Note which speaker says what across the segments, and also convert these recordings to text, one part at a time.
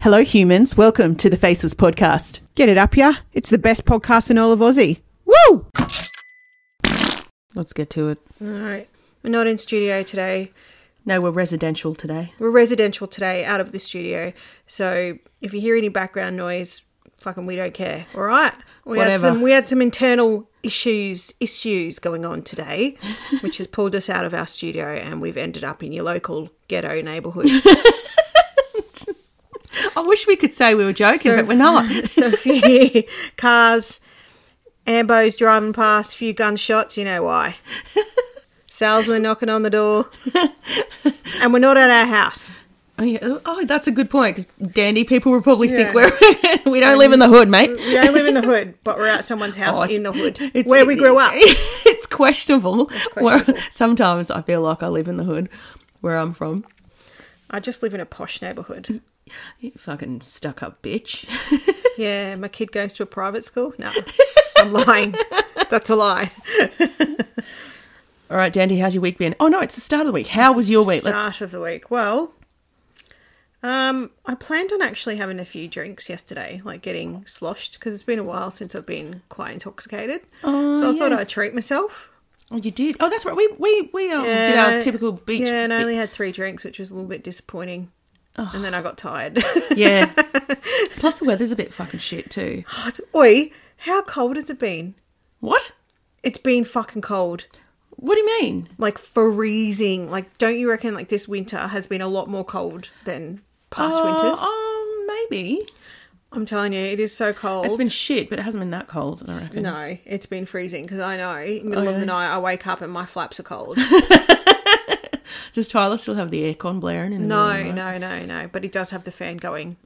Speaker 1: Hello, humans. Welcome to the Faces Podcast.
Speaker 2: Get it up, yeah? It's the best podcast in all of Aussie. Woo!
Speaker 1: Let's get to it.
Speaker 2: All right. We're not in studio today.
Speaker 1: No, we're residential today.
Speaker 2: We're residential today out of the studio. So if you hear any background noise, fucking we don't care. All right? We had
Speaker 1: Whatever.
Speaker 2: some we had some internal issues issues going on today, which has pulled us out of our studio and we've ended up in your local ghetto neighborhood.
Speaker 1: I wish we could say we were joking, but we're not.
Speaker 2: so a few cars, Ambos driving past, few gunshots, you know why. Salesman knocking on the door. and we're not at our house.
Speaker 1: Oh, yeah. oh that's a good point because dandy people will probably think we're we don't live in the hood, mate.
Speaker 2: We don't live in the hood, but we're at someone's house
Speaker 1: Oh, it's-
Speaker 2: in the hood where we grew up.
Speaker 1: It's questionable.
Speaker 2: questionable.
Speaker 1: Where, sometimes I feel like I live in the hood, where I'm from.
Speaker 2: I just live in a posh neighborhood.
Speaker 1: You fucking stuck up bitch.
Speaker 2: Yeah, my kid goes to a private school. No, I'm lying. That's a lie.
Speaker 1: All right, Dandy, how's your week been? Oh no, it's the start of the week. How was your week? Oh, Let's
Speaker 2: Start of the week. Well, um, I planned on actually having a few drinks yesterday, like getting sloshed, because it's been a while since I've been quite intoxicated.
Speaker 1: Oh,
Speaker 2: so I thought
Speaker 1: yes.
Speaker 2: I'd treat myself.
Speaker 1: Oh, you did. Oh, that's right. We we we um, did our
Speaker 2: And-
Speaker 1: typical beach.
Speaker 2: Yeah, and I
Speaker 1: bi-
Speaker 2: only had three drinks, which was a little bit disappointing. And then I got tired.
Speaker 1: yeah. Plus the weather's a bit fucking shit too.
Speaker 2: Oi, how cold has it been?
Speaker 1: What?
Speaker 2: It's been fucking cold.
Speaker 1: What do you mean?
Speaker 2: Like freezing. Like, don't you reckon like this winter has been a lot more cold than past winters?
Speaker 1: Oh, Uh, maybe.
Speaker 2: I'm telling you, it is so cold.
Speaker 1: It's been shit, but it hasn't been that cold. I reckon.
Speaker 2: No, it's been freezing because I know middle
Speaker 1: Oh,
Speaker 2: of the night I wake up and my flaps are cold.
Speaker 1: Does Tyler still have the aircon blaring? In the
Speaker 2: No,
Speaker 1: middle of the night?
Speaker 2: no, no, no. But he does have the fan going.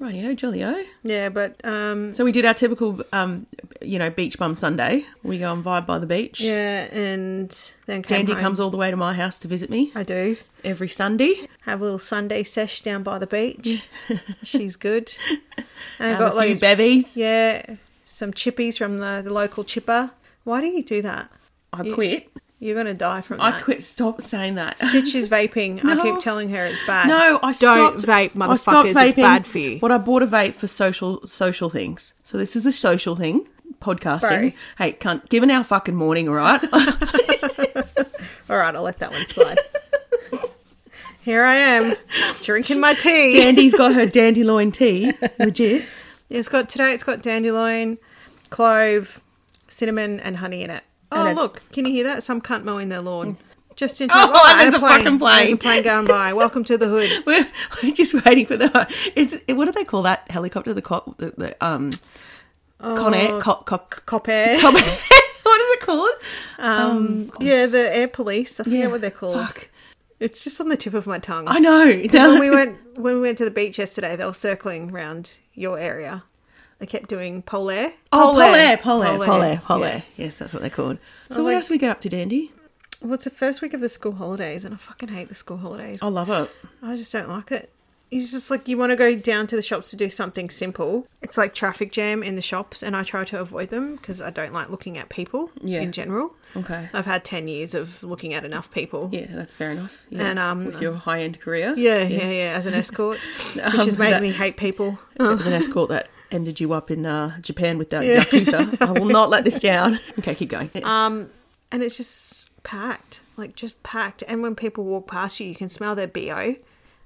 Speaker 1: Rightio, jolly-o.
Speaker 2: Yeah, but um,
Speaker 1: So we did our typical, um, you know, beach bum Sunday. We go and vibe by the beach.
Speaker 2: yeah, and then came
Speaker 1: Dandy
Speaker 2: home.
Speaker 1: comes all the way to my house to visit me
Speaker 2: I do
Speaker 1: every Sunday.
Speaker 2: have a little Sunday sesh down by the beach. She's good. And I
Speaker 1: Have
Speaker 2: got
Speaker 1: a few
Speaker 2: like
Speaker 1: bevies.
Speaker 2: yeah, some chippies from the, the local chipper. Why do you do that?
Speaker 1: I quit.
Speaker 2: You're gonna die from
Speaker 1: I
Speaker 2: that.
Speaker 1: quit. Stop saying that.
Speaker 2: Stitch is vaping. I
Speaker 1: No.
Speaker 2: keep telling her it's bad.
Speaker 1: No, I
Speaker 2: don't
Speaker 1: stopped-
Speaker 2: vape,
Speaker 1: I stopped
Speaker 2: motherfuckers. It's
Speaker 1: vaping,
Speaker 2: bad for you.
Speaker 1: But I bought a vape for social social things. So this is a social thing. Podcasting.
Speaker 2: Bro.
Speaker 1: Hey, cunt, given our fucking morning, all right?
Speaker 2: All right, I'll let that one slide. Here I am, drinking my tea.
Speaker 1: Dandy's got her dandelion tea, legit.
Speaker 2: It's got today. It's got dandelion, clove, cinnamon, and honey in it. Oh,
Speaker 1: it's-
Speaker 2: look! Can you hear that? Some cunt mowing their lawn. Just in
Speaker 1: Oh,
Speaker 2: time.
Speaker 1: and there's a fucking plane.
Speaker 2: There's a plane going by. Welcome to the hood.
Speaker 1: We're, we're just waiting for the. It's what do they call that helicopter? The cop, the, the um, con
Speaker 2: Oh.
Speaker 1: air, cop, cop,
Speaker 2: Cop air.
Speaker 1: cop- what is it called?
Speaker 2: Um, yeah, the air police. I forget
Speaker 1: Yeah,
Speaker 2: what they're called.
Speaker 1: fuck.
Speaker 2: It's just on the tip of my tongue.
Speaker 1: I know.
Speaker 2: when we went when we went to the beach yesterday, they were circling round your area. They kept doing pole air. Oh,
Speaker 1: Oh, Polair, Polair, Polair, Polair. Yes, that's what they're called. So, what
Speaker 2: like-
Speaker 1: else we get up to, Dandy?
Speaker 2: Well, it's the first week of the school holidays, and I fucking hate the school holidays.
Speaker 1: I love it.
Speaker 2: I just don't like it. It's just like you want to go down to the shops to do something simple. It's like traffic jam in the shops, and I try to avoid them because I don't like looking at people
Speaker 1: Yeah.
Speaker 2: in general.
Speaker 1: Okay.
Speaker 2: I've had 10 years of looking at enough people.
Speaker 1: Yeah, that's fair enough. Yeah.
Speaker 2: And, um,
Speaker 1: with your high end career,
Speaker 2: Yeah,
Speaker 1: Yes.
Speaker 2: yeah, yeah, as an escort, which
Speaker 1: Um,
Speaker 2: has made
Speaker 1: that-
Speaker 2: me hate people.
Speaker 1: It was an escort that ended you up in uh, Japan with that yakuza. I will not let this down. Okay, keep going.
Speaker 2: Um, and it's just packed, like just packed. And when people walk past you, you can smell their BO.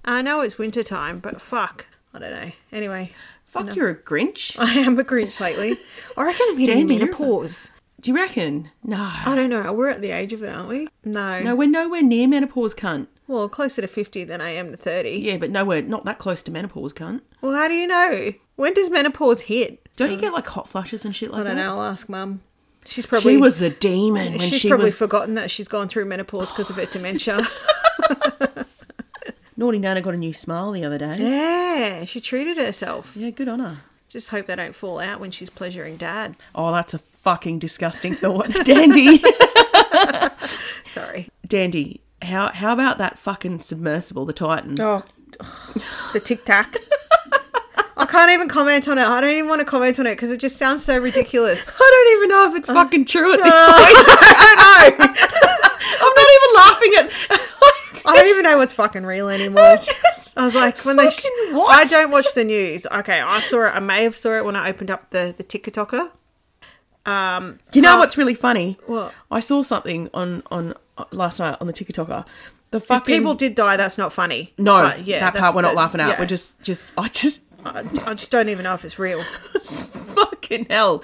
Speaker 2: I know it's winter time, but fuck, I don't know. Anyway,
Speaker 1: Fuck, you're a Grinch.
Speaker 2: I am a Grinch lately. I reckon I'm hitting
Speaker 1: Damn, you're a-
Speaker 2: menopause.
Speaker 1: Do you reckon? No,
Speaker 2: I don't know. We're at the age of it, aren't we? No.
Speaker 1: no, we're nowhere near menopause, cunt.
Speaker 2: Well, closer to 50 than I am to 30.
Speaker 1: Yeah, but nowhere, not that close to menopause, cunt.
Speaker 2: Well, how do you know? When does menopause hit?
Speaker 1: Don't you get like hot flushes and shit like
Speaker 2: Um, I don't
Speaker 1: that?
Speaker 2: know. I'll ask mum. She's probably.
Speaker 1: she was the demon when
Speaker 2: She's
Speaker 1: she
Speaker 2: probably
Speaker 1: was
Speaker 2: forgotten that she's gone through menopause because of her dementia.
Speaker 1: naughty. Nana got a new smile the other day. Yeah,
Speaker 2: yeah, she treated herself.
Speaker 1: good on her.
Speaker 2: Just hope they don't fall out when she's pleasuring dad.
Speaker 1: Oh, that's a fucking disgusting thought, Dandy.
Speaker 2: Sorry.
Speaker 1: Dandy, how how about that fucking submersible, the Titan?
Speaker 2: Oh, the tic tac. I can't even comment on it. I don't even want to comment on it because it just sounds so ridiculous.
Speaker 1: I don't even know if it's fucking true at this
Speaker 2: I don't know.
Speaker 1: I'm not even laughing at.
Speaker 2: I don't even know what's fucking real anymore.
Speaker 1: It's just-
Speaker 2: I was like, when they, sh-
Speaker 1: Fucking what?
Speaker 2: I don't watch the news. Okay, I saw it. I may have saw it when I opened up the the TikToker. Um,
Speaker 1: Do you know what's really funny?
Speaker 2: What?
Speaker 1: I saw something on on uh, last night on the TikToker. The
Speaker 2: if
Speaker 1: fucking
Speaker 2: people did die, that's not funny.
Speaker 1: no,
Speaker 2: But,
Speaker 1: that
Speaker 2: that's-
Speaker 1: part we're not
Speaker 2: that's-
Speaker 1: laughing at.
Speaker 2: yeah.
Speaker 1: We're just just I just
Speaker 2: I, I just don't even know if it's real.
Speaker 1: fucking hell.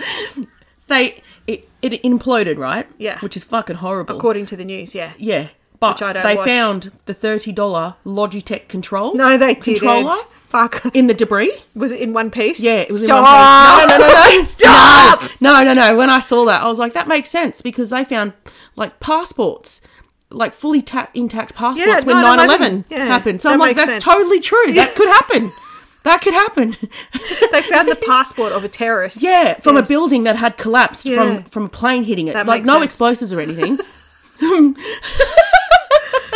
Speaker 1: They it, it imploded, right?
Speaker 2: Yeah.
Speaker 1: which is fucking horrible.
Speaker 2: According to the news, yeah.
Speaker 1: Yeah, but
Speaker 2: Which I don't
Speaker 1: they
Speaker 2: watch.
Speaker 1: found the thirty dollar Logitech control.
Speaker 2: No, they didn't.
Speaker 1: controller
Speaker 2: Fuck.
Speaker 1: in the debris.
Speaker 2: Was it in one piece?
Speaker 1: Yeah, it was in one
Speaker 2: Stop!
Speaker 1: place. No, no, no, no, no.
Speaker 2: Stop!
Speaker 1: No, no, no. When I saw that, I was like, that makes sense because they found like passports, like fully ta- intact passports
Speaker 2: Yeah,
Speaker 1: when 9 11
Speaker 2: 9/11. Yeah,
Speaker 1: happened. So
Speaker 2: that
Speaker 1: I'm like,
Speaker 2: makes
Speaker 1: that's
Speaker 2: sense.
Speaker 1: totally true. That could happen. that could happen.
Speaker 2: They found the passport of a terrorist.
Speaker 1: yeah, from
Speaker 2: Yes.
Speaker 1: a building that had collapsed
Speaker 2: Yeah.
Speaker 1: from, from a plane hitting it.
Speaker 2: That
Speaker 1: like,
Speaker 2: makes
Speaker 1: no
Speaker 2: sense.
Speaker 1: explosives or anything.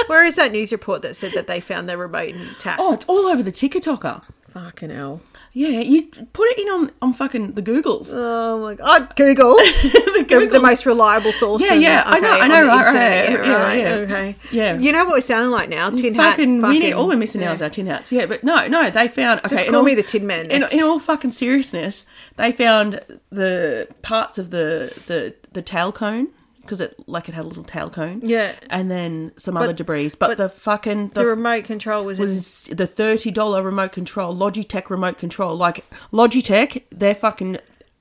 Speaker 2: Where is that news report that said that they found the remote attack?
Speaker 1: oh, it's all over the TikToker.
Speaker 2: fucking hell.
Speaker 1: Yeah, you put it in on, on fucking the Googles.
Speaker 2: Oh my
Speaker 1: uh,
Speaker 2: god. Google. the, the most reliable source.
Speaker 1: Yeah,
Speaker 2: and-
Speaker 1: yeah, I know, I know,
Speaker 2: on the
Speaker 1: right, right,
Speaker 2: internet.
Speaker 1: yeah, yeah, yeah.
Speaker 2: Okay.
Speaker 1: Yeah.
Speaker 2: You know what we're sounding like now? Tin hat.
Speaker 1: fucking, we need all we're missing
Speaker 2: yeah.
Speaker 1: now is our tin hats. Yeah, but no, no, they found okay.
Speaker 2: Just
Speaker 1: in
Speaker 2: call
Speaker 1: all-
Speaker 2: me the Tin Man
Speaker 1: In,
Speaker 2: next.
Speaker 1: in all fucking seriousness, they found the parts of the the the tail cone because it like it had a little tail cone.
Speaker 2: Yeah.
Speaker 1: and then some other debris. But,
Speaker 2: but
Speaker 1: the fucking
Speaker 2: The
Speaker 1: the,
Speaker 2: remote control was, in
Speaker 1: was the thirty dollar remote control Logitech remote control. Like Logitech, they're fucking.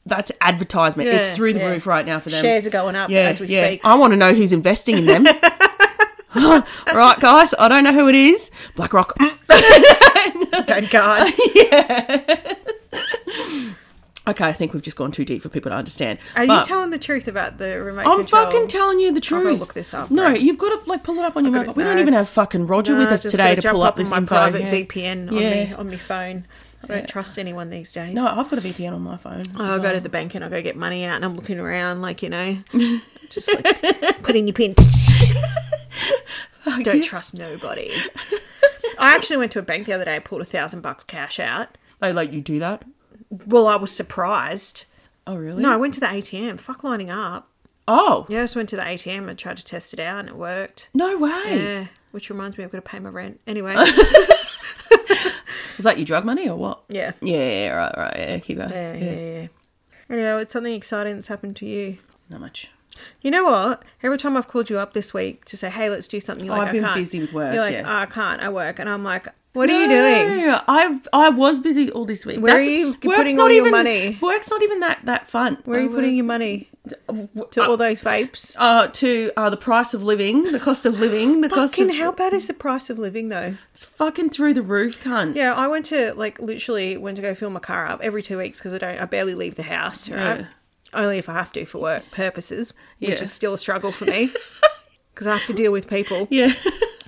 Speaker 1: That's advertisement. it's
Speaker 2: Yeah,
Speaker 1: through the
Speaker 2: yeah.
Speaker 1: roof right now for them.
Speaker 2: shares are going up
Speaker 1: Yeah,
Speaker 2: as we
Speaker 1: yeah.
Speaker 2: speak.
Speaker 1: I want to know who's investing in them. All right, guys. I don't know who it is. BlackRock.
Speaker 2: Oh, Thank God.
Speaker 1: Okay, I think we've just gone too deep for people to understand.
Speaker 2: Are you
Speaker 1: But
Speaker 2: telling the truth about the remote
Speaker 1: I'm
Speaker 2: control?
Speaker 1: fucking telling you the truth.
Speaker 2: look this up,
Speaker 1: No,
Speaker 2: right?
Speaker 1: you've got to like pull it up on your
Speaker 2: Gotta-
Speaker 1: mobile. We don't
Speaker 2: no,
Speaker 1: even have
Speaker 2: it's-
Speaker 1: fucking Roger
Speaker 2: No,
Speaker 1: with
Speaker 2: I
Speaker 1: us
Speaker 2: just
Speaker 1: today
Speaker 2: gotta
Speaker 1: to
Speaker 2: jump
Speaker 1: pull up this
Speaker 2: on my
Speaker 1: info.
Speaker 2: private
Speaker 1: yeah.
Speaker 2: VPN on,
Speaker 1: Yeah.
Speaker 2: me, on my phone. I don't trust anyone these days.
Speaker 1: No, I've got a VPN on my phone.
Speaker 2: I go to the bank and I go get money out, and I'm looking around like you know, just like put in your pin. Don't trust nobody. I actually went to a bank the other day, pulled a thousand bucks cash out.
Speaker 1: They let you do that.
Speaker 2: Well, I was surprised.
Speaker 1: Oh really?
Speaker 2: No, I went to the ATM. Fuck lining up.
Speaker 1: Oh
Speaker 2: Yeah, I just went to the ATM and tried to test it out, and it worked.
Speaker 1: no way.
Speaker 2: Yeah, which reminds me, I've got to pay my rent anyway.
Speaker 1: Was that your drug money or what?
Speaker 2: yeah.
Speaker 1: Yeah. Right. Right. Yeah. Keep going.
Speaker 2: Yeah, yeah, yeah. Anyway, what's something exciting that's happened to you?
Speaker 1: Not much.
Speaker 2: You know what? Every time I've called you up this week to say, "Hey, let's do something," you're
Speaker 1: Oh,
Speaker 2: like,
Speaker 1: I've
Speaker 2: "I
Speaker 1: been
Speaker 2: can't."
Speaker 1: busy with work,
Speaker 2: You're like,
Speaker 1: yeah.
Speaker 2: "Oh, "I can't. I work," and I'm like, "What are you doing?"
Speaker 1: No, I I was busy all this week.
Speaker 2: Where are
Speaker 1: That's-
Speaker 2: you
Speaker 1: work's
Speaker 2: putting
Speaker 1: not
Speaker 2: all your
Speaker 1: even-
Speaker 2: money?
Speaker 1: Work's not even that that fun.
Speaker 2: Where are you
Speaker 1: I
Speaker 2: putting your money
Speaker 1: work-
Speaker 2: to all those vapes?
Speaker 1: uh, to uh, the price of living, the cost of living, the cost
Speaker 2: Fucking,
Speaker 1: of
Speaker 2: how bad is the price of living though?
Speaker 1: it's fucking through the roof, cunt.
Speaker 2: Yeah, I went to like literally went to go fill my car up every two weeks because I don't I barely leave the house, right?
Speaker 1: Yeah.
Speaker 2: Only if I have to for work purposes, which
Speaker 1: Yeah.
Speaker 2: is still a struggle for me because I have to deal with people.
Speaker 1: Yeah,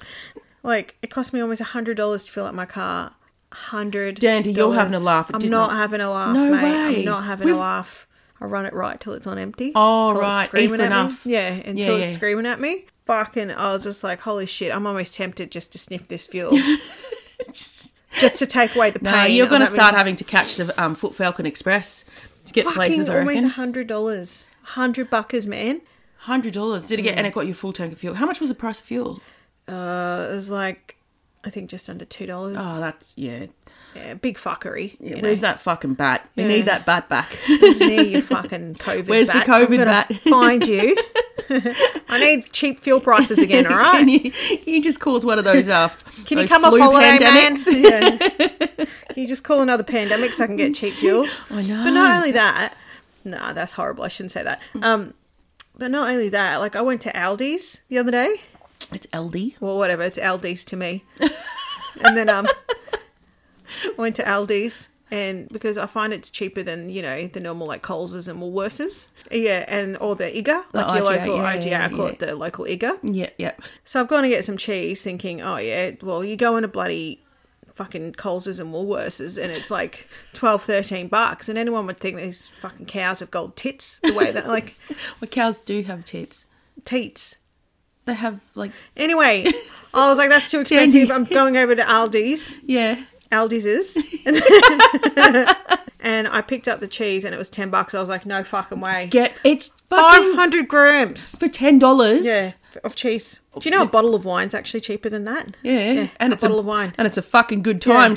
Speaker 2: Like it cost me almost a hundred dollars to fill up my car. Hundred.
Speaker 1: Dandy, you're having a laugh. It
Speaker 2: I'm
Speaker 1: did
Speaker 2: not,
Speaker 1: not-
Speaker 2: having a laugh,
Speaker 1: No
Speaker 2: mate.
Speaker 1: way.
Speaker 2: I'm not having
Speaker 1: We've-
Speaker 2: a laugh. I run it right till it's on empty.
Speaker 1: Oh,
Speaker 2: till
Speaker 1: right. If
Speaker 2: at
Speaker 1: enough.
Speaker 2: me. Yeah, until
Speaker 1: Yeah,
Speaker 2: it's
Speaker 1: yeah.
Speaker 2: screaming at me. Fucking, I was just like, holy shit! I'm almost tempted just to sniff this fuel, just to take away the pain.
Speaker 1: Nah, you're
Speaker 2: of
Speaker 1: going to
Speaker 2: having
Speaker 1: start having to catch the um, Foot Falcon Express to get
Speaker 2: fucking
Speaker 1: places. I
Speaker 2: almost a
Speaker 1: reckon
Speaker 2: hundred dollars, hundred buckers, man.
Speaker 1: hundred dollars. Did it
Speaker 2: Mm.
Speaker 1: get and it got you a full tank of fuel? How much was the price of fuel?
Speaker 2: Uh, it was like, I think just under two dollars.
Speaker 1: Oh, that's yeah.
Speaker 2: yeah, big fuckery. you know.
Speaker 1: Where's that fucking bat? We
Speaker 2: Yeah.
Speaker 1: need that bat back.
Speaker 2: near your fucking COVID.
Speaker 1: Where's the
Speaker 2: bat.
Speaker 1: COVID
Speaker 2: I'm gonna
Speaker 1: bat?
Speaker 2: Find you. I need cheap fuel prices again. All
Speaker 1: Can
Speaker 2: right.
Speaker 1: you, you just caused one of those. Uh, f-
Speaker 2: Can you
Speaker 1: those
Speaker 2: come off
Speaker 1: flu
Speaker 2: holiday,
Speaker 1: pandemics?
Speaker 2: man? Yeah. Can you just call another pandemic so I can get cheap fuel?
Speaker 1: I know.
Speaker 2: But not only that, no, that's horrible. I shouldn't say that. Um, but not only that, like I went to Aldi's the other day.
Speaker 1: It's LD.
Speaker 2: Well, whatever. It's Aldi's to me. and then um, I went to Aldi's, and because I find it's cheaper than you know the normal like Coles's and Woolworths, yeah, and or the IGA, like your
Speaker 1: IGA,
Speaker 2: local
Speaker 1: yeah,
Speaker 2: IGA.
Speaker 1: yeah,
Speaker 2: I call
Speaker 1: yeah.
Speaker 2: it the local IGA.
Speaker 1: Yeah, yeah.
Speaker 2: So I've gone to get some cheese, thinking, oh yeah, well you go into bloody fucking Coles's and Woolworths and it's like 12 13 bucks and anyone would think these fucking cows have gold tits the way that like
Speaker 1: Well, cows do have tits.
Speaker 2: teats
Speaker 1: They have like
Speaker 2: anyway I was like that's too expensive I'm going over to Aldi's
Speaker 1: yeah.
Speaker 2: Aldi's is. and I picked up the cheese and it was 10 bucks. I was like, no fucking way.
Speaker 1: Get it's fucking
Speaker 2: 500 grams.
Speaker 1: for ten dollars.
Speaker 2: Yeah, of cheese. Do you know a bottle of wine's actually cheaper than that?
Speaker 1: Yeah, and
Speaker 2: a
Speaker 1: it's
Speaker 2: bottle of wine.
Speaker 1: and it's a fucking good time
Speaker 2: Yeah, I know.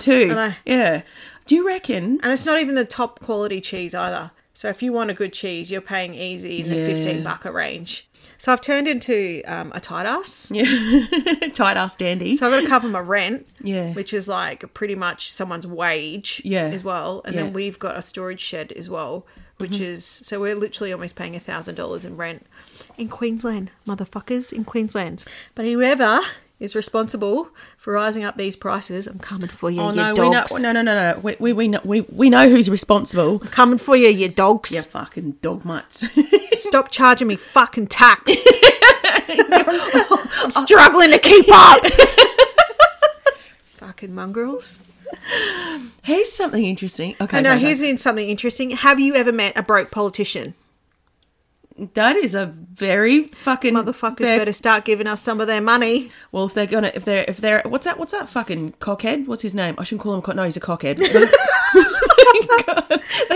Speaker 1: too. Yeah. Do you reckon?
Speaker 2: And it's not even the top quality cheese either. So if you want a good cheese, you're paying easy in
Speaker 1: Yeah.
Speaker 2: the 15 bucker range. So I've turned into um, a tight ass.
Speaker 1: Yeah, tight ass dandy.
Speaker 2: So I've got to cover my rent,
Speaker 1: Yeah.
Speaker 2: which is like pretty much someone's wage
Speaker 1: Yeah.
Speaker 2: as well. And
Speaker 1: Yeah. Mm-hmm.
Speaker 2: then we've got a storage shed as well, which is so we're literally almost paying a $1,000 in rent in Queensland, motherfuckers, in Queensland. But whoever is responsible for rising up these prices, I'm coming for you,
Speaker 1: oh
Speaker 2: you
Speaker 1: no, we know,
Speaker 2: dogs.
Speaker 1: no, no, no, no. We we we know, we, we know who's responsible.
Speaker 2: Coming for you, you dogs.
Speaker 1: Yeah, fucking dog mutts.
Speaker 2: Stop charging me fucking tax. I'm struggling to keep up. fucking mongrels.
Speaker 1: here's something interesting. Okay,
Speaker 2: I know.
Speaker 1: no, no.
Speaker 2: Here's in something interesting. Have you ever met a broke politician?
Speaker 1: that is a very fucking
Speaker 2: Motherfuckers
Speaker 1: fair-
Speaker 2: better start giving us some of their money.
Speaker 1: Well, if they're gonna, if they're, if they're, what's that? What's that fucking cockhead? What's his name? I shouldn't call him. Cock- no, he's a cockhead. the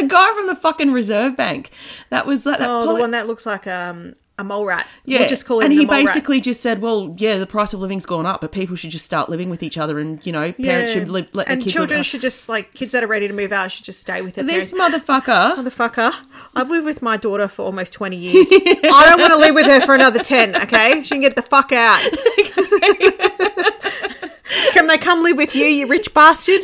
Speaker 1: guy from the fucking Reserve Bank. That was like that.
Speaker 2: Oh,
Speaker 1: poli-
Speaker 2: the one that looks like um, a mole rat.
Speaker 1: yeah,
Speaker 2: We'll just call him
Speaker 1: and
Speaker 2: the
Speaker 1: he
Speaker 2: mole rat.
Speaker 1: basically just said, "Well, yeah, the price of living's gone up, but people should just start living with each other, and you know, parents
Speaker 2: Yeah.
Speaker 1: should live, let
Speaker 2: and
Speaker 1: their kids
Speaker 2: children
Speaker 1: live. Oh,
Speaker 2: should just like kids that are ready to move out should just stay with their
Speaker 1: This
Speaker 2: parents.
Speaker 1: motherfucker,
Speaker 2: motherfucker. I've lived with my daughter for almost 20 years. I don't want to live with her for another 10, okay? She can get the fuck out. can they come live with you, you rich bastard?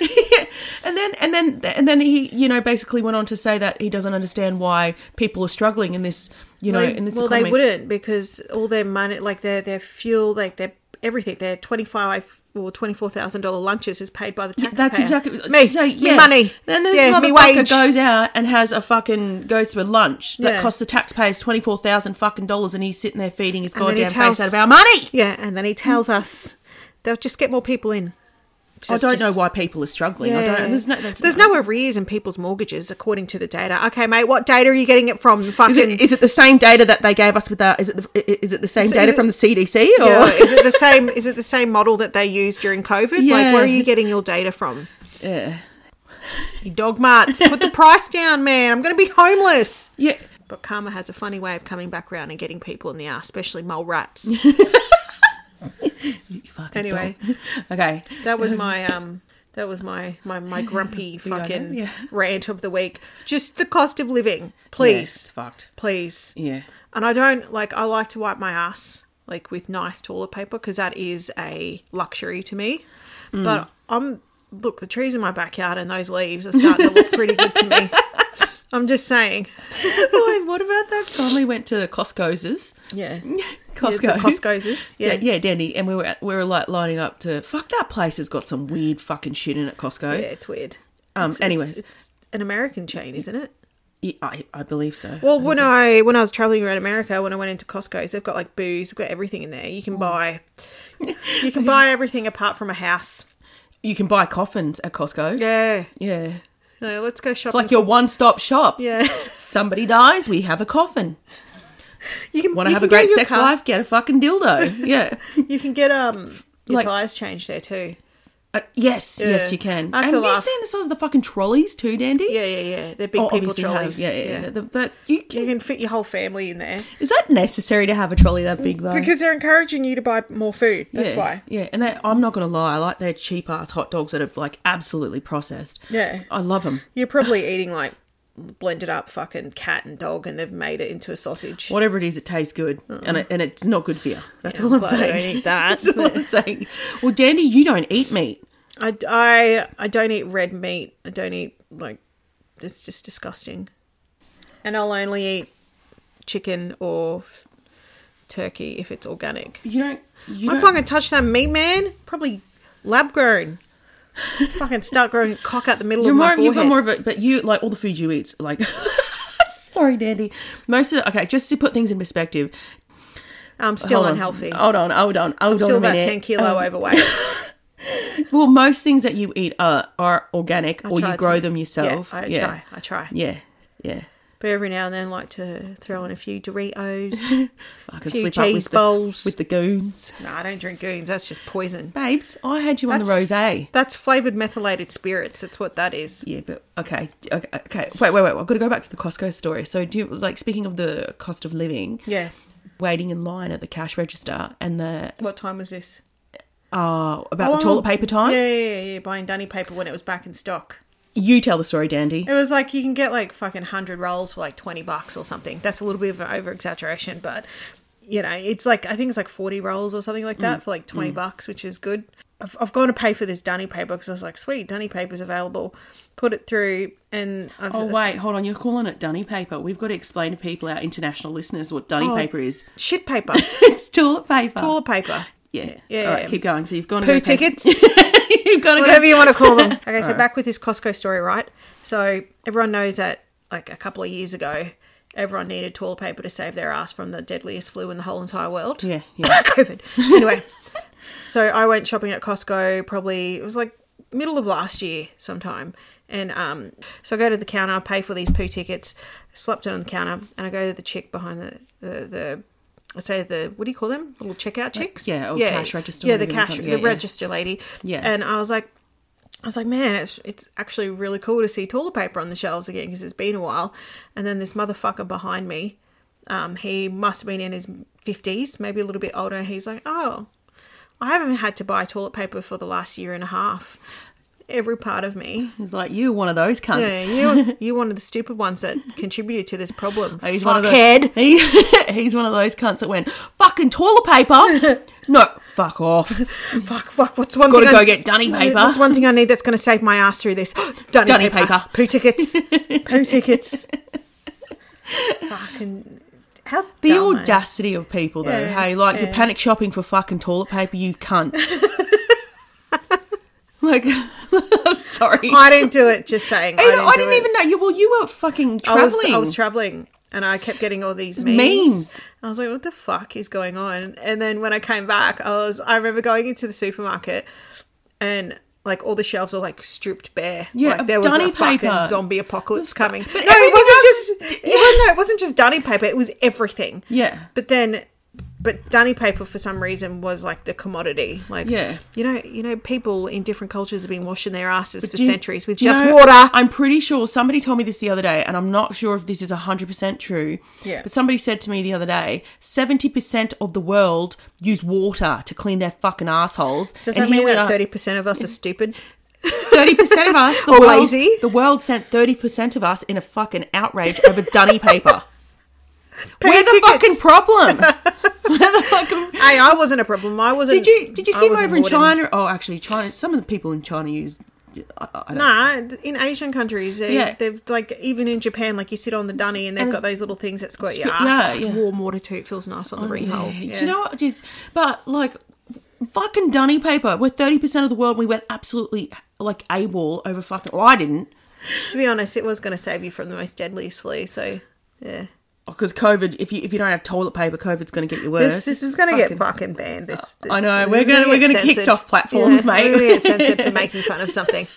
Speaker 1: and then and then and then he, you know, basically went on to say that he doesn't understand why people are struggling in this, you know, in this
Speaker 2: well,
Speaker 1: economy.
Speaker 2: they wouldn't because all their money, like their their fuel, like their everything, their twenty five or twenty four thousand dollar lunches is paid by the taxpayer.
Speaker 1: That's exactly
Speaker 2: me.
Speaker 1: So,
Speaker 2: me
Speaker 1: yeah.
Speaker 2: money.
Speaker 1: Then this
Speaker 2: yeah, me
Speaker 1: motherfucker
Speaker 2: wage.
Speaker 1: goes out and has a fucking goes to a lunch that
Speaker 2: Yeah.
Speaker 1: costs the taxpayers twenty four thousand fucking dollars, and he's sitting there feeding his
Speaker 2: then he
Speaker 1: goddamn
Speaker 2: tells-
Speaker 1: face out of our money.
Speaker 2: yeah, and then he tells us they'll just get more people in.
Speaker 1: I don't
Speaker 2: know
Speaker 1: know
Speaker 2: why.
Speaker 1: why people are struggling. I don't. There's no. There's,
Speaker 2: no arrears in people's mortgages according to the data. Okay, mate, what data are you getting it from? Fucking
Speaker 1: Is it, is it the same data that they gave us with our? Is it the, is it the same
Speaker 2: Is-
Speaker 1: data
Speaker 2: is it-
Speaker 1: from the CDC or?
Speaker 2: Yeah, is it the same? Is it the same model that they used during COVID? Like,
Speaker 1: Yeah.
Speaker 2: where are you getting your data from?
Speaker 1: Yeah.
Speaker 2: You dog marts, put the price down, man. I'm going to be homeless.
Speaker 1: Yeah.
Speaker 2: But karma has a funny way of coming back around and getting people in the ass, especially mole rats.
Speaker 1: You fucking
Speaker 2: Anyway.
Speaker 1: dog. okay.
Speaker 2: That was my um. That was my my my grumpy fucking
Speaker 1: yeah.
Speaker 2: rant of the week. Just the cost of living,
Speaker 1: Yeah,
Speaker 2: please,
Speaker 1: it's fucked.
Speaker 2: please.
Speaker 1: Yeah.
Speaker 2: And I don't like, I like to wipe my ass like with nice toilet paper because that is a luxury to me. But I'm, look, the trees in my backyard and those leaves are starting to look pretty good to me. I'm just saying.
Speaker 1: Boy, what about that time we went to the Costco's?
Speaker 2: Yeah.
Speaker 1: Costco.
Speaker 2: The Costco's is.
Speaker 1: Yeah.
Speaker 2: Yeah.
Speaker 1: yeah, Danny, and we were we were like lining up to fuck that place has got some weird fucking shit in it. Costco.
Speaker 2: Yeah, it's weird.
Speaker 1: Um,
Speaker 2: It's-
Speaker 1: anyways.
Speaker 2: It's, it's an American chain, isn't it?
Speaker 1: Yeah, I, I believe so.
Speaker 2: Well, when I when I was traveling around America, when I went into Costco's, they've got like booze, they've got everything in there. You can buy, you can buy everything apart from a house.
Speaker 1: you can buy coffins at Costco. Yeah,
Speaker 2: Yeah,
Speaker 1: it's
Speaker 2: no, let's go shopping.
Speaker 1: like your one stop shop.
Speaker 2: yeah,
Speaker 1: Somebody dies, we have a coffin.
Speaker 2: You can
Speaker 1: Want to
Speaker 2: you
Speaker 1: have a
Speaker 2: can get
Speaker 1: great
Speaker 2: your
Speaker 1: sex
Speaker 2: car-
Speaker 1: life? Get a fucking dildo. Yeah.
Speaker 2: You can get um your
Speaker 1: Like-
Speaker 2: tires changed there too.
Speaker 1: Uh, yes,
Speaker 2: Yeah.
Speaker 1: yes, you can.
Speaker 2: I had
Speaker 1: and
Speaker 2: to
Speaker 1: have you
Speaker 2: laugh.
Speaker 1: seen the size of the fucking trolleys too, Dandy?
Speaker 2: Yeah, yeah, yeah. They're big
Speaker 1: Oh,
Speaker 2: people
Speaker 1: obviously,
Speaker 2: trolleys.
Speaker 1: Have, yeah, yeah. yeah. The- but you
Speaker 2: You
Speaker 1: can,
Speaker 2: can fit your whole family in there
Speaker 1: is that necessary to have a trolley that big though?
Speaker 2: because they're encouraging you to buy more food. That's
Speaker 1: yeah,
Speaker 2: why.
Speaker 1: Yeah, and they, I'm not gonna lie, I like their cheap ass hot dogs that are like absolutely processed.
Speaker 2: Yeah.
Speaker 1: I love them.
Speaker 2: You're probably eating like blended up fucking cat and dog, and they've made it into a sausage.
Speaker 1: Whatever it is, it tastes good, and it, and it's not good for you. That's all I'm
Speaker 2: But I
Speaker 1: saying.
Speaker 2: don't eat that.
Speaker 1: That's all I'm saying. Well, Dandy, you don't eat meat.
Speaker 2: I, I I don't eat red meat. I don't eat like it's just disgusting. And I'll only eat chicken or f- turkey if it's organic.
Speaker 1: You don't. You
Speaker 2: I
Speaker 1: don't.
Speaker 2: fucking touch that meat, man. Probably lab grown. fucking start growing cock out the middle
Speaker 1: you're
Speaker 2: of my
Speaker 1: more. You've got
Speaker 2: forehead.
Speaker 1: more of it, but you like all the food you eat. Like, sorry, Dandy. Most of okay. Just to put things in perspective.
Speaker 2: I'm still
Speaker 1: hold on. Oh,
Speaker 2: unhealthy.
Speaker 1: Hold on. Hold on. Hold on.
Speaker 2: still
Speaker 1: a
Speaker 2: about
Speaker 1: minute. Um,
Speaker 2: ten kilo overweight.
Speaker 1: Well, most things that you eat are are organic, or
Speaker 2: Try
Speaker 1: you
Speaker 2: to-
Speaker 1: grow them yourself.
Speaker 2: Yeah, I
Speaker 1: yeah.
Speaker 2: try. I try.
Speaker 1: Yeah. Yeah.
Speaker 2: But every now and then, I like to throw in a few Doritos.
Speaker 1: I can
Speaker 2: Few
Speaker 1: slip up
Speaker 2: cheese
Speaker 1: with
Speaker 2: balls.
Speaker 1: the with the goons,
Speaker 2: no, I don't drink goons. That's just poison.
Speaker 1: babes. I had you on the
Speaker 2: That's-
Speaker 1: rosé.
Speaker 2: That's flavored methylated spirits. That's what that is.
Speaker 1: Yeah, but okay, okay, okay. Wait, wait, wait. I've got to go back to the Costco story. So, do you like speaking of the cost of living?
Speaker 2: Yeah.
Speaker 1: Waiting in line at the cash register and the
Speaker 2: What time was this?
Speaker 1: uh about
Speaker 2: Oh,
Speaker 1: the toilet paper time.
Speaker 2: Yeah, yeah, yeah, yeah. Buying dunny paper when it was back in stock.
Speaker 1: You tell the story, Dandy.
Speaker 2: It was like you can get like fucking hundred rolls for like twenty bucks or something. That's a little bit of an over exaggeration, but you know, it's like I think it's like forty rolls or something like that
Speaker 1: Mm.
Speaker 2: for like twenty bucks, which is good. I've, I've gone to pay for this dunny paper because I was like, sweet, dunny paper's available. Put it through, and I've
Speaker 1: Oh wait, hold on. You're calling it dunny paper. We've got to explain to people, our international listeners, what dunny
Speaker 2: Oh.
Speaker 1: paper is.
Speaker 2: shit paper,
Speaker 1: it's toilet paper.
Speaker 2: toilet paper,
Speaker 1: Yeah.
Speaker 2: Yeah.
Speaker 1: All right, keep going. So you've gone. to go
Speaker 2: poo
Speaker 1: pay-
Speaker 2: tickets.
Speaker 1: you've got to
Speaker 2: whatever
Speaker 1: go.
Speaker 2: you want to call them. Okay, so back with this Costco story, right? So everyone knows that like a couple of years ago, everyone needed toilet paper to save their ass from the deadliest flu in the whole entire world.
Speaker 1: Yeah, yeah.
Speaker 2: COVID. Anyway, so I went shopping at Costco probably it was like middle of last year sometime. And um, so I go to the counter, pay for these poo tickets, slapped it on the counter, and I go to the chick behind the the, the I say the what do you call them? Little checkout chicks.
Speaker 1: yeah, or cash register,
Speaker 2: Yeah, the
Speaker 1: whatever you
Speaker 2: cash,
Speaker 1: call it. Yeah,
Speaker 2: the
Speaker 1: yeah.
Speaker 2: register lady.
Speaker 1: Yeah.
Speaker 2: and I was like, I was like, man, it's it's actually really cool to see toilet paper on the shelves again because it's been a while. And then this motherfucker behind me, um, he must have been in his fifties, maybe a little bit older. He's like, oh, I haven't had to buy toilet paper for the last year and a half. Every part of me.
Speaker 1: He's like, you one of those cunts.
Speaker 2: Yeah, you you one of the stupid ones that contributed to this problem.
Speaker 1: Oh, He's
Speaker 2: Fuckhead.
Speaker 1: one of those, he, he's one of those cunts that went fucking toilet paper. no, fuck off.
Speaker 2: Fuck, fuck. What's one?
Speaker 1: Gotta
Speaker 2: thing
Speaker 1: go get dunny paper.
Speaker 2: What's one thing I need that's going to save my ass through this? dunny,
Speaker 1: Dunny
Speaker 2: paper.
Speaker 1: paper.
Speaker 2: Poo tickets. Poo tickets. Fucking. How
Speaker 1: The
Speaker 2: dumb, eh?
Speaker 1: audacity of people, though.
Speaker 2: Yeah,
Speaker 1: hey, like
Speaker 2: yeah.
Speaker 1: you're panic shopping for fucking toilet paper, you cunt. like, I'm sorry. I,
Speaker 2: I didn't do it. Just saying. I
Speaker 1: didn't,
Speaker 2: didn't,
Speaker 1: I
Speaker 2: do
Speaker 1: didn't
Speaker 2: it.
Speaker 1: even know you. Well, you were fucking
Speaker 2: I
Speaker 1: traveling.
Speaker 2: was, I was traveling, and I kept getting all these memes.
Speaker 1: Memes.
Speaker 2: I was like, "What the fuck is going on?" And then when I came back, I was. I remember going into the supermarket, and like all the shelves were like stripped bare.
Speaker 1: Yeah,
Speaker 2: like
Speaker 1: of
Speaker 2: there was
Speaker 1: dunny
Speaker 2: a fucking
Speaker 1: paper.
Speaker 2: zombie apocalypse coming.
Speaker 1: but
Speaker 2: no,
Speaker 1: everything
Speaker 2: it wasn't just. It wasn't, no, it wasn't just dunny paper. It was everything.
Speaker 1: Yeah.
Speaker 2: But then, but dunny paper for some reason was like the commodity. Like
Speaker 1: Yeah.
Speaker 2: you know, you know, people in different cultures have been washing their asses for
Speaker 1: Do you-
Speaker 2: centuries with
Speaker 1: do you
Speaker 2: just
Speaker 1: know-
Speaker 2: water.
Speaker 1: I'm pretty sure somebody told me this the other day, and I'm not sure if this is 100% true.
Speaker 2: Yeah.
Speaker 1: But somebody said to me the other day 70% of the world use water to clean their fucking assholes.
Speaker 2: Does
Speaker 1: and
Speaker 2: that
Speaker 1: here
Speaker 2: mean
Speaker 1: we
Speaker 2: that
Speaker 1: are-
Speaker 2: thirty percent of us are stupid?
Speaker 1: Thirty percent of us, the
Speaker 2: Or
Speaker 1: world,
Speaker 2: lazy.
Speaker 1: The world sent thirty percent of us in a fucking outrage over dunny paper. We're the
Speaker 2: tickets.
Speaker 1: fucking problem. We're the fucking.
Speaker 2: Hey, I wasn't a problem. I wasn't.
Speaker 1: Did you did you
Speaker 2: I
Speaker 1: see him
Speaker 2: wasn't
Speaker 1: over in
Speaker 2: hoarding.
Speaker 1: China? Oh, actually, China. Some of the people in China use. I, I don't
Speaker 2: Nah, in Asian countries, they,
Speaker 1: Yeah.
Speaker 2: they've like even in Japan, like you sit on the dunny and they've got those little things that squirt your ass.
Speaker 1: yeah,
Speaker 2: it's
Speaker 1: yeah. Oh,
Speaker 2: warm water too. It feels nice on the ring hole.
Speaker 1: Do
Speaker 2: Oh, Yeah.
Speaker 1: you know what? Jeez. But like, fucking dunny paper. We're thirty percent of the world. We went absolutely like AWOL over fucking. Well, I didn't
Speaker 2: to be honest, it was going to save you from the most deadliest flu. So yeah,
Speaker 1: because COVID. If you if you don't have toilet paper, COVID's going to get you worse.
Speaker 2: this, this is going to get
Speaker 1: Fucking-
Speaker 2: fucking banned. This, this
Speaker 1: I know,
Speaker 2: this
Speaker 1: we're
Speaker 2: is
Speaker 1: gonna- we're
Speaker 2: get
Speaker 1: gonna kicked
Speaker 2: censored.
Speaker 1: off platforms, mate.
Speaker 2: We're going to get censored for making fun of something.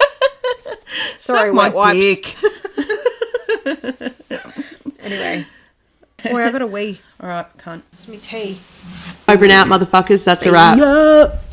Speaker 2: Sorry,
Speaker 1: Suck my
Speaker 2: white wipes.
Speaker 1: dick.
Speaker 2: Anyway, boy, I got a wee.
Speaker 1: All right, cunt.
Speaker 2: It's me tea.
Speaker 1: Over and out, motherfuckers. That's a wrap.
Speaker 2: Yup.